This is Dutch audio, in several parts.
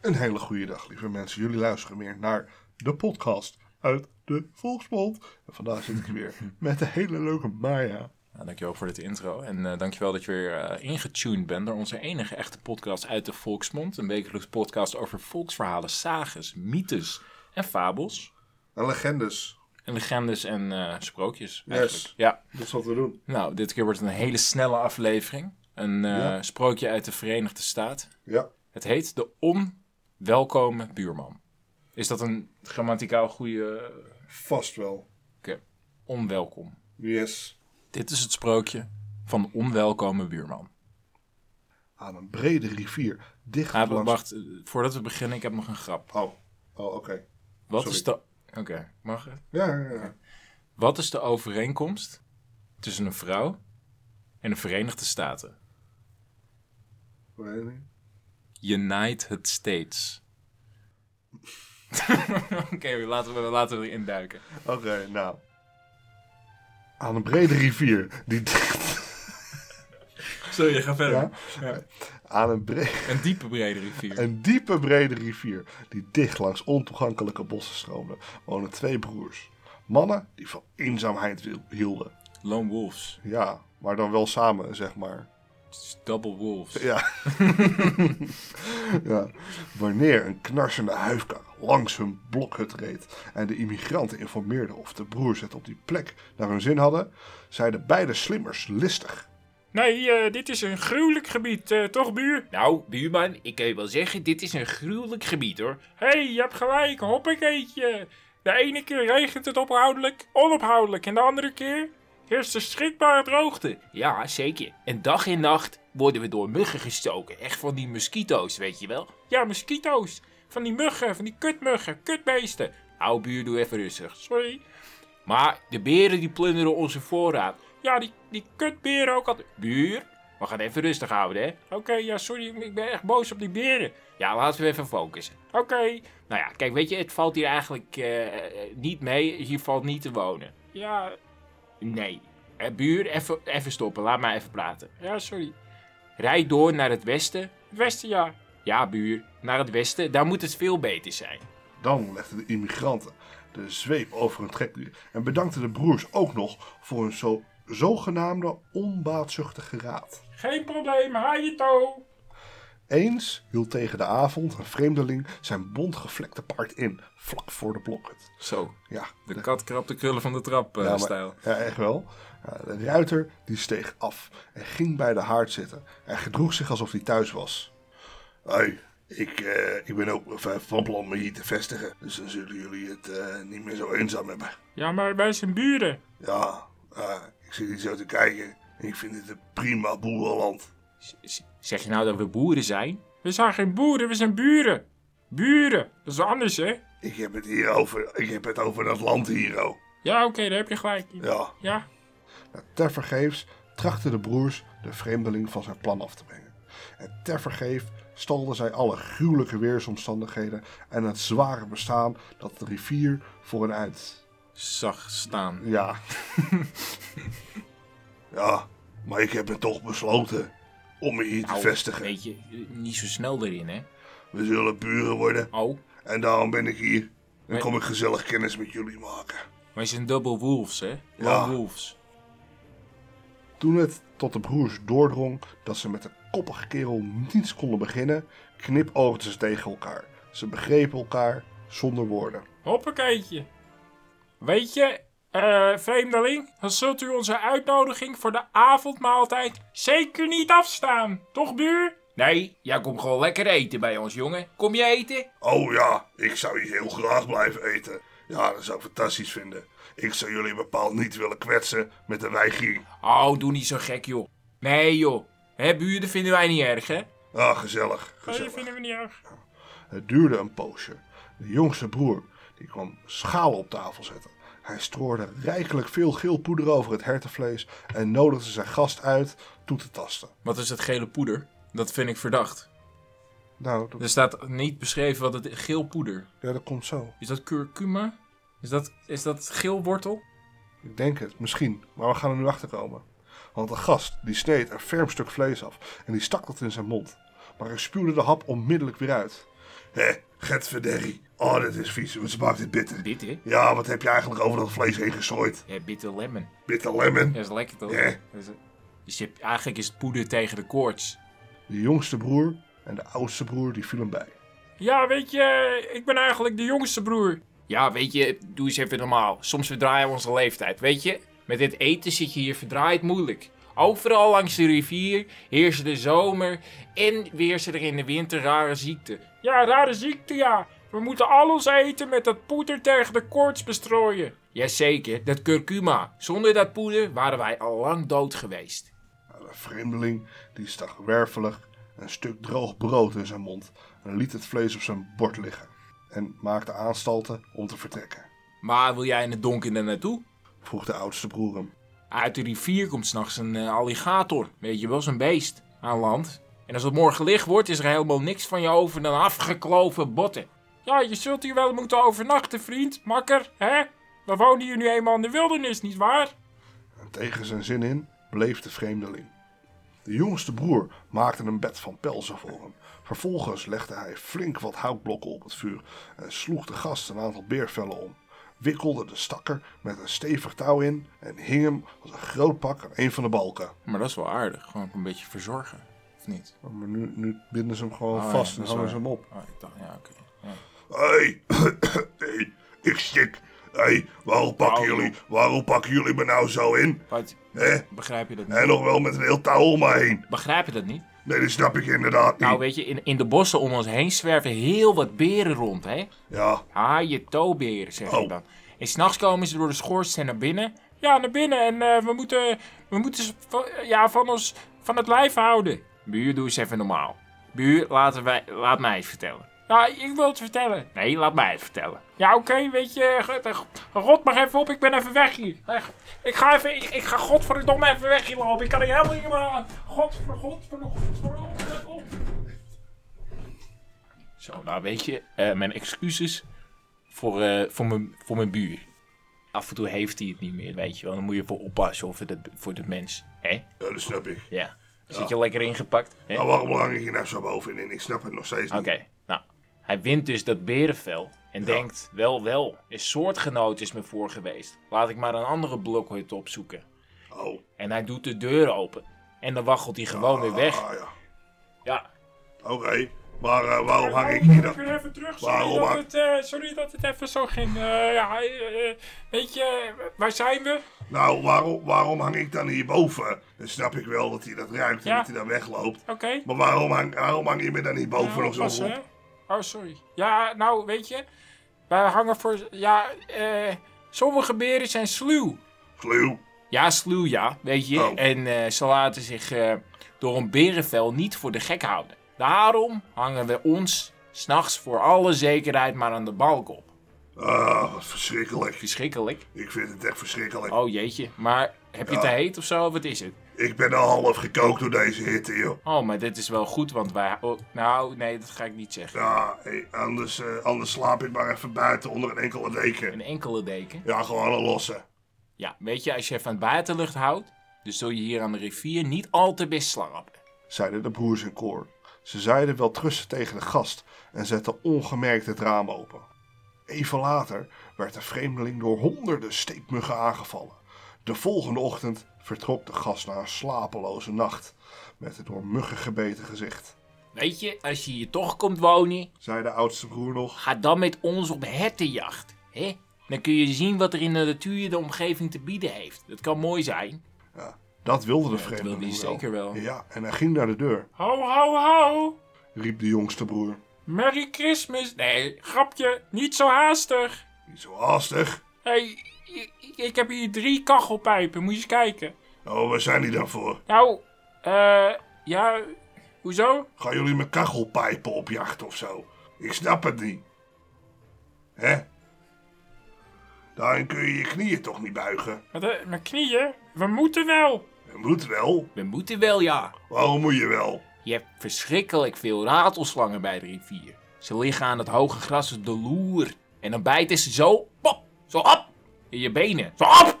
Een hele goede dag, lieve mensen. Jullie luisteren weer naar de podcast uit de Volksmond. En vandaag zit ik weer met de hele leuke Maya. Nou, dankjewel voor dit intro en eh, dankjewel dat je weer eh, ingetuned bent naar onze enige echte podcast uit de Volksmond. Een wekelijks podcast over volksverhalen, sages, mythes en fabels. En legendes. En legendes en eh, sprookjes Yes. eigenlijk. Ja, Dat is wat we doen. nou dit keer wordt het een hele snelle aflevering. Een eh, Ja. sprookje uit de Verenigde Staten. Ja. Het heet De Onwelkome Buurman. Is dat een grammaticaal goede... eh, Vast wel. Oké, onwelkom. Yes. Dit is het sprookje van de onwelkome buurman. Aan een brede rivier. Dicht Ah, langs... wacht, eh, voordat we beginnen, ik heb nog een grap. Oh. Oh, oké. Wat Sorry. is de. Oké, mag het? Ja, ja, ja. Wat is de overeenkomst tussen een vrouw en de Verenigde Staten? Weet ik niet. Je naait het steeds. Oké, laten, we, laten we erin duiken. Oké, nou. Aan een brede rivier. Die dicht... Sorry, ga verder. Ja? Aan een brede... Een diepe brede rivier. Een diepe brede rivier die dicht langs ontoegankelijke bossen stroomde, wonen twee broers. Mannen die van eenzaamheid wil- hielden. Lone wolves. Ja, maar dan wel samen, zeg maar. Double wolves. Ja. ja. Wanneer een knarsende huifka langs hun blokhut reed en de immigranten informeerden of de broers het op die plek naar hun zin hadden, zeiden beide slimmers listig. Nee, eh, dit is een gruwelijk gebied, toch buur? Nou, buurman, ik kan je wel zeggen, dit is een gruwelijk gebied hoor. Hé, hey, je hebt gelijk, hoppakeetje. De ene keer regent het ophoudelijk, onophoudelijk en de andere keer heerst er schrikbare droogte. Ja, zeker. En dag en nacht worden we door muggen gestoken. Echt van die mosquito's, weet je wel? Ja, mosquito's. Van die muggen, van die kutmuggen, kutbeesten. Au, buur, doe even rustig. Sorry. Maar de beren die plunderen onze voorraad. Ja, die, die kutberen ook altijd. Buur, we gaan even rustig houden, hè? Oké, ja, sorry, ik ben echt boos op die beren. Ja, laten we even focussen. Oké. Nou ja, kijk, weet je, het valt hier eigenlijk eh, eh, niet mee. Hier valt niet te wonen. Ja. Nee. Eh, buur, even, even stoppen. Laat mij even praten. Ja, sorry. Rijd door naar het westen. Het westen, ja. Ja, buur, naar het westen. Daar moet het veel beter zijn. Dan legden de immigranten de zweep over hun trekdier en bedankten de broers ook nog voor hun zo, zogenaamde onbaatzuchtige raad. Geen probleem, haai je toe. Eens hield tegen de avond een vreemdeling zijn bondgevlekte paard in, vlak voor de blokhut. Zo, Ja, de kat krapt de krullen van de trap, eh, ja, maar- stijl. ja, echt wel. Ja, de ruiter die steeg af en ging bij de haard zitten en gedroeg zich alsof hij thuis was. Hé, ik, eh, ik ben ook van- van plan me hier te vestigen, dus dan zullen jullie het eh, niet meer zo eenzaam hebben. Ja, maar wij zijn buren. Ja, eh, ik zit hier zo te kijken en ik vind het een prima boerenland. Zeg je nou dat we boeren zijn? We zijn geen boeren, we zijn buren. Buren, dat is anders, hè? Ik heb het hier over, ik heb het over dat land hier, oh. Ja, oké, daar heb je gelijk in. Ja. Ja. Nou, Tervergeefs trachten de broers de vreemdeling van zijn plan af te brengen. En tervergeef stalden zij alle gruwelijke weersomstandigheden en het zware bestaan dat de rivier voor hen uit. Zag staan. Ja. ja, maar ik heb het toch besloten om me Nou, hier te vestigen. Weet je, eh, niet zo snel erin, hè? We zullen buren worden Oh, en daarom ben ik hier. Dan Maar- kom ik gezellig kennis met jullie maken. wij zijn double wolves, hè? Ja. Lone wolves. Toen het tot de broers doordrong dat ze met de koppige kerel niets konden beginnen, knipoogden ze tegen elkaar. Ze begrepen elkaar zonder woorden. Hoppakeetje. Weet je, eh, vreemdeling, dan zult u onze uitnodiging voor de avondmaaltijd zeker niet afstaan. Toch, buur? Nee, jij komt gewoon lekker eten bij ons, jongen. Kom je eten? Oh ja, ik zou hier heel graag blijven eten. Ja, dat zou ik fantastisch vinden. Ik zou jullie bepaald niet willen kwetsen met een weigering. Oh, doe niet zo gek, joh. Nee, joh. Hè, buren vinden wij niet erg, hè? Ah, gezellig, Nee, gezellig. vinden we niet erg. Het duurde een poosje. De jongste broer die kwam schalen op tafel zetten. Hij strooide rijkelijk veel geel poeder over het hertenvlees en nodigde zijn gast uit toe te tasten. Wat is dat gele poeder? Dat vind ik verdacht. Nou, dat, Er staat niet beschreven wat het geel poeder. ja, dat komt zo. Is dat curcuma? Is dat, is dat geelwortel? Ik denk het, misschien, maar we gaan er nu achter komen. Want de gast die sneed een ferm stuk vlees af en die stak dat in zijn mond. Maar hij spuwde de hap onmiddellijk weer uit. Hé, getverderrie. Oh, dit is vies. Wat smaakt dit bitter? Bitter? Ja, wat heb je eigenlijk over dat vlees heen gestrooid? Ja, bitter lemon. Bitter lemon. Dat is lekker toch? Ja. Dat is- Dus je hebt- eigenlijk is het poeder tegen de koorts. De jongste broer en de oudste broer die vielen bij. Ja, weet je, ik ben eigenlijk de jongste broer. Ja, weet je, doe eens even normaal. Soms verdraaien we onze leeftijd, weet je? Met dit eten zit je hier verdraaid moeilijk. Overal langs de rivier heersen de zomer en weersen er in de winter rare ziekten. Ja, rare ziekte, ja. We moeten al ons eten met dat poeder tegen de koorts bestrooien. Jazeker, dat curcuma. Zonder dat poeder waren wij al lang dood geweest. Maar De vreemdeling die stak wervelig een stuk droog brood in zijn mond en liet het vlees op zijn bord liggen. En maakte aanstalten om te vertrekken, Maar wil jij in het donker daar naartoe? vroeg de oudste broer hem. Uit de rivier komt s'nachts een eh, alligator, weet je wel, zo'n beest, aan land. En als het morgen licht wordt, is er helemaal niks van je over dan afgekloven botten. Ja, je zult hier wel moeten overnachten, vriend. Makker, hè? We wonen hier nu eenmaal in de wildernis, nietwaar? En tegen zijn zin in bleef de vreemdeling. De jongste broer maakte een bed van pelzen voor hem. Vervolgens legde hij flink wat houtblokken op het vuur en sloeg de gast een aantal beervellen om. Wikkelde de stakker met een stevig touw in en hing hem als een groot pak aan een van de balken. Maar dat is wel aardig, gewoon een beetje verzorgen, of niet? Oh, Maar nu, nu binden ze hem gewoon Oh, vast ja, en dat is hangen ze waar. hem op. Oh, ik dacht, ja, oké. Hey, hey, ik stik. Hey, waarom pakken, Au. jullie, waarom pakken jullie me nou zo in? Wat? Hè? Begrijp je dat niet? En nog wel met een heel touw om me heen. Begrijp je dat niet? Nee, dat snap ik inderdaad Nou, niet. weet je, in, in de bossen om ons heen zwerven heel wat beren rond, hè? Ja, Haaien, tooberen, zeg Oh. ik dan. En s'nachts komen ze door de schoorsteen naar binnen. Ja, naar binnen. En eh, we moeten, we moeten ze van, ja, van ons van het lijf houden. Buur, doe eens even normaal. Buur, laten wij, laat mij het vertellen. Ja, ik wil het vertellen. Nee, laat mij het vertellen. Ja, oké, weet je, g- g- rot maar even op, ik ben even weg hier. Echt, Ik ga even, ik, ik ga godverdomme even weg hier lopen. Ik kan hier helemaal niet meer aan. Godver, godver, godver, godver. Zo, nou weet je, eh, mijn excuses voor, eh, voor, mijn, voor mijn buur. Af en toe heeft hij het niet meer, weet je wel. Dan moet je voor oppassen of het, voor de mens. Hè? ja, dat snap ik. Ja. Zit je lekker ingepakt? Hè? Maar waarom hang ik hier nou zo bovenin? Ik snap het nog steeds Oké, niet. nou. Hij wint dus dat berenvel. En denkt, wel, wel. Een soortgenoot is me voor geweest. Laat ik maar een andere blokhut opzoeken. Oh, En hij doet de deur open. En dan waggelt hij gewoon weer weg. ah, ja. Ja, Oké, maar eh, waarom hang ik hier Ik dan? wil even terug, Waarom sorry dat, hang- het, eh, sorry dat het even zo ging. Eh, ja, eh, eh, weet je, waar zijn we? Nou, waarom, waarom hang ik dan hierboven? Dan snap ik wel dat hij dat ruikt en Ja. dat hij dan wegloopt. Oké. Maar waarom hang, waarom hang je me dan hierboven Nou, nog zo oppassen, rond? hè? Oh, sorry. Ja, nou, weet je, wij hangen voor, ja, eh, sommige beren zijn sluw. Kluw. Ja, sluw ja, weet je. Oh. En eh, ze laten zich eh, door een berenvel niet voor de gek houden. Daarom hangen we ons s'nachts voor alle zekerheid maar aan de balk op. Ah, wat verschrikkelijk. Verschrikkelijk. Ik vind het echt verschrikkelijk. Oh jeetje, maar heb je Ja. het te heet of zo? Wat is het? Ik ben al half gekookt door deze hitte, joh. Oh, maar dit is wel goed, want wij... oh, nou, nee, dat ga ik niet zeggen. Ja, hé, anders, eh, anders slaap ik maar even buiten onder een enkele deken. Een enkele deken. Ja, gewoon een losse. Ja, weet je, als je van buitenlucht houdt, dus zul je hier aan de rivier niet al te best slapen. zeiden de broers in koor. Ze zeiden wel trusten tegen de gast en zetten ongemerkt het raam open. Even later werd de vreemdeling door honderden steekmuggen aangevallen. De volgende ochtend vertrok de gast naar een slapeloze nacht met een door muggen gebeten gezicht. Weet je, als je hier toch komt wonen, Zei de oudste broer nog. Ga dan met ons op hertenjacht. Hè? Dan kun je zien wat er in de natuur de omgeving te bieden heeft. Dat kan mooi zijn. Ja, dat wilde de wilde vreemdeling hij zeker wel. Ja, en hij ging naar de deur, Ho, ho, ho. riep de jongste broer. Merry Christmas. Nee, grapje, niet zo haastig. Niet zo haastig. Hé, hey, ik, ik heb hier drie kachelpijpen, moet je eens kijken. Oh, waar zijn die dan voor? Nou, eh, ja, hoezo? Gaan jullie met kachelpijpen op jacht of zo? Ik snap het niet. Hè? Daarin kun je je knieën toch niet buigen? Met, eh, mijn knieën? We moeten wel. Je moet wel. We moeten wel, ja. Waarom moet je wel? Je hebt verschrikkelijk veel ratelslangen bij de rivier. Ze liggen aan het hoge gras op de loer. En dan bijten ze zo pop, zo op, in je benen. Zo op!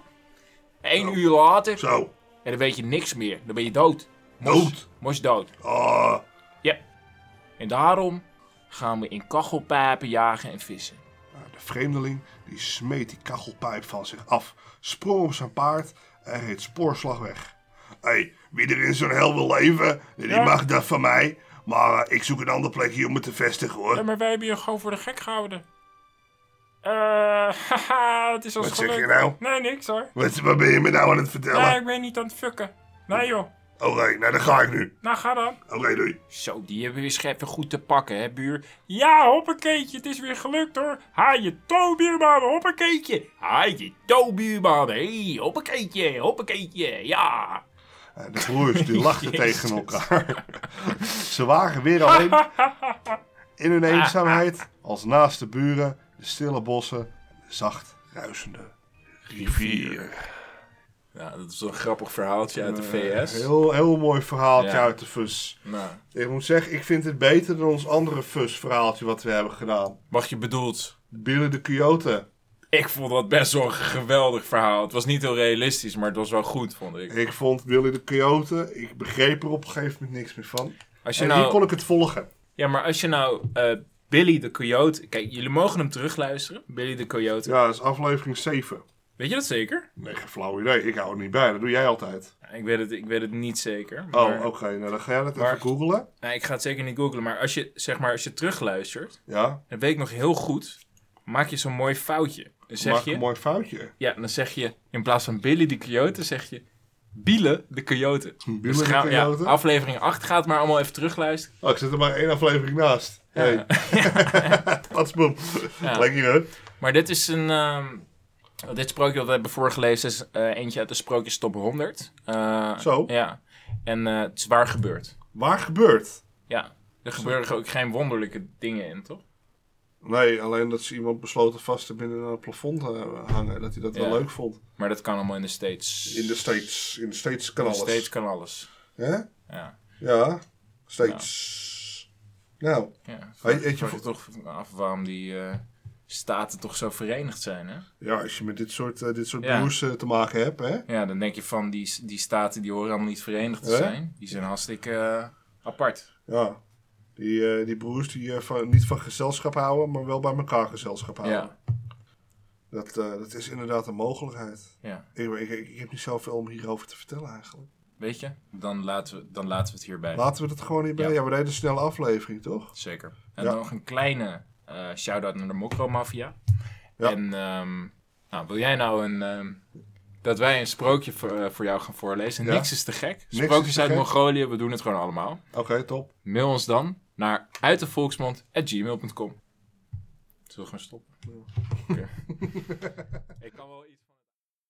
Eén uur later Zo. en dan weet je niks meer. Dan ben je dood. Dood. Mos dood. Ah, Ja. En daarom gaan we in kachelpapen jagen en vissen. Nou, De vreemdeling die smeet die kachelpijp van zich af, sprong op zijn paard en reed spoorslag weg. Hé, wie er in zo'n hel wil leven, die mag dat van mij. Maar eh, ik zoek een ander plekje om me te vestigen hoor. Ja, maar wij hebben je gewoon voor de gek gehouden. Eh, haha, het is ons Wat zeg gelukt. je nou? Nee, niks hoor. Wat, wat ben je me nou aan het vertellen? Nee, ik ben niet aan het fucken. Nee joh, Oké, nou dan ga ik nu. nou ga dan. Oké, doei. Zo, die hebben we eens even goed te pakken, hè, buur? Ja, hoppakeetje, het is weer gelukt hoor. Haai je toe, buurman, hoppakeetje. Haai je toe, buurman. Hé, hey, hoppakeetje, hoppakeetje, ja. En Eh, de broers die lachten tegen elkaar. Ze waren weer alleen in hun eenzaamheid als naast de buren, de stille bossen en de zacht ruisende rivier. Ja, dat is wel een grappig verhaaltje uit de VS. Eh, Heel, heel mooi verhaaltje Ja. uit de fus. Nou, Ik moet zeggen, ik vind het beter dan ons andere fus verhaaltje wat we hebben gedaan. mag je bedoeld? Billy de Coyote. Ik vond dat best wel een geweldig verhaal. Het was niet heel realistisch, maar het was wel goed, vond ik. Ik vond Billy de Coyote, ik begreep er op een gegeven moment niks meer van. Als je En hier nou, kon ik het volgen. ja, maar als je nou eh, Billy de Coyote... Kijk, jullie mogen hem terugluisteren. Billy de Coyote. Ja, dat is aflevering 7. Weet je dat zeker? Nee, geen flauw idee. Ik hou er niet bij. Dat doe jij altijd. Ja, Ik weet het, ik weet het niet zeker. Oh, maar- oké. Nou, dan ga jij dat Maar- even googlen. Nou, ik ga het zeker niet googlen, maar als je, zeg maar, als je terugluistert... Ja. Dat weet ik nog heel goed. Maak je zo'n mooi foutje. Dan zeg Maak je... Dus een mooi foutje. Ja, dan zeg je in plaats van Billy de Coyote, zeg je Biele de Coyote. Dus Biele de ga- ja, Coyote? aflevering 8 gaat maar allemaal even terugluisteren. Oh, ik zet er maar één aflevering naast. Hey. Wat spoel. Lekker, hè? Maar dit is een. ehm, dit sprookje dat we hebben voorgelezen is eh, eentje uit de sprookjes top 100. Eh, Zo. Ja. En eh, het is waar gebeurd. Waar gebeurt? Ja. Er gebeuren ook geen wonderlijke dingen in, toch? Nee, alleen dat ze iemand besloten vast te binden aan het plafond eh, hangen. Dat hij dat Ja. wel leuk vond. Maar dat kan allemaal in de States. In de States. In de States kan In de alles. States kan alles. Hè? Ja. Ja. States. Nou. ja. Weet- weet je Vraag voor- toch af waarom die eh, staten toch zo verenigd zijn, hè? Ja, als je met dit soort, eh, dit soort Ja. broers eh, te maken hebt, hè? Ja, dan denk je van die, die staten die horen allemaal niet verenigd te Hè? zijn. Die zijn hartstikke eh, apart. Ja. Die, eh, die broers die eh, van, niet van gezelschap houden, maar wel bij elkaar gezelschap houden. Ja. Dat, eh, dat is inderdaad een mogelijkheid. ja. Ik, ik, ik, ik heb niet zoveel om hierover te vertellen eigenlijk. Weet je? Dan laten we, dan laten we het hierbij. Laten we het gewoon hierbij. Ja. Ja, we deden een snelle aflevering, toch? Zeker. En Ja. dan nog een kleine eh shout-out naar de Mokro Mafia. Ja. En ehm, nou, wil jij nou een, ehm, dat wij een sprookje voor, eh, voor jou gaan voorlezen? Ja. Niks is te gek. is Sprookjes te uit gek. Mongolië, we doen het gewoon allemaal. Oké, top. Mail ons dan naar uitdevolksmond.gmail.com Zullen we gaan stoppen? Oké.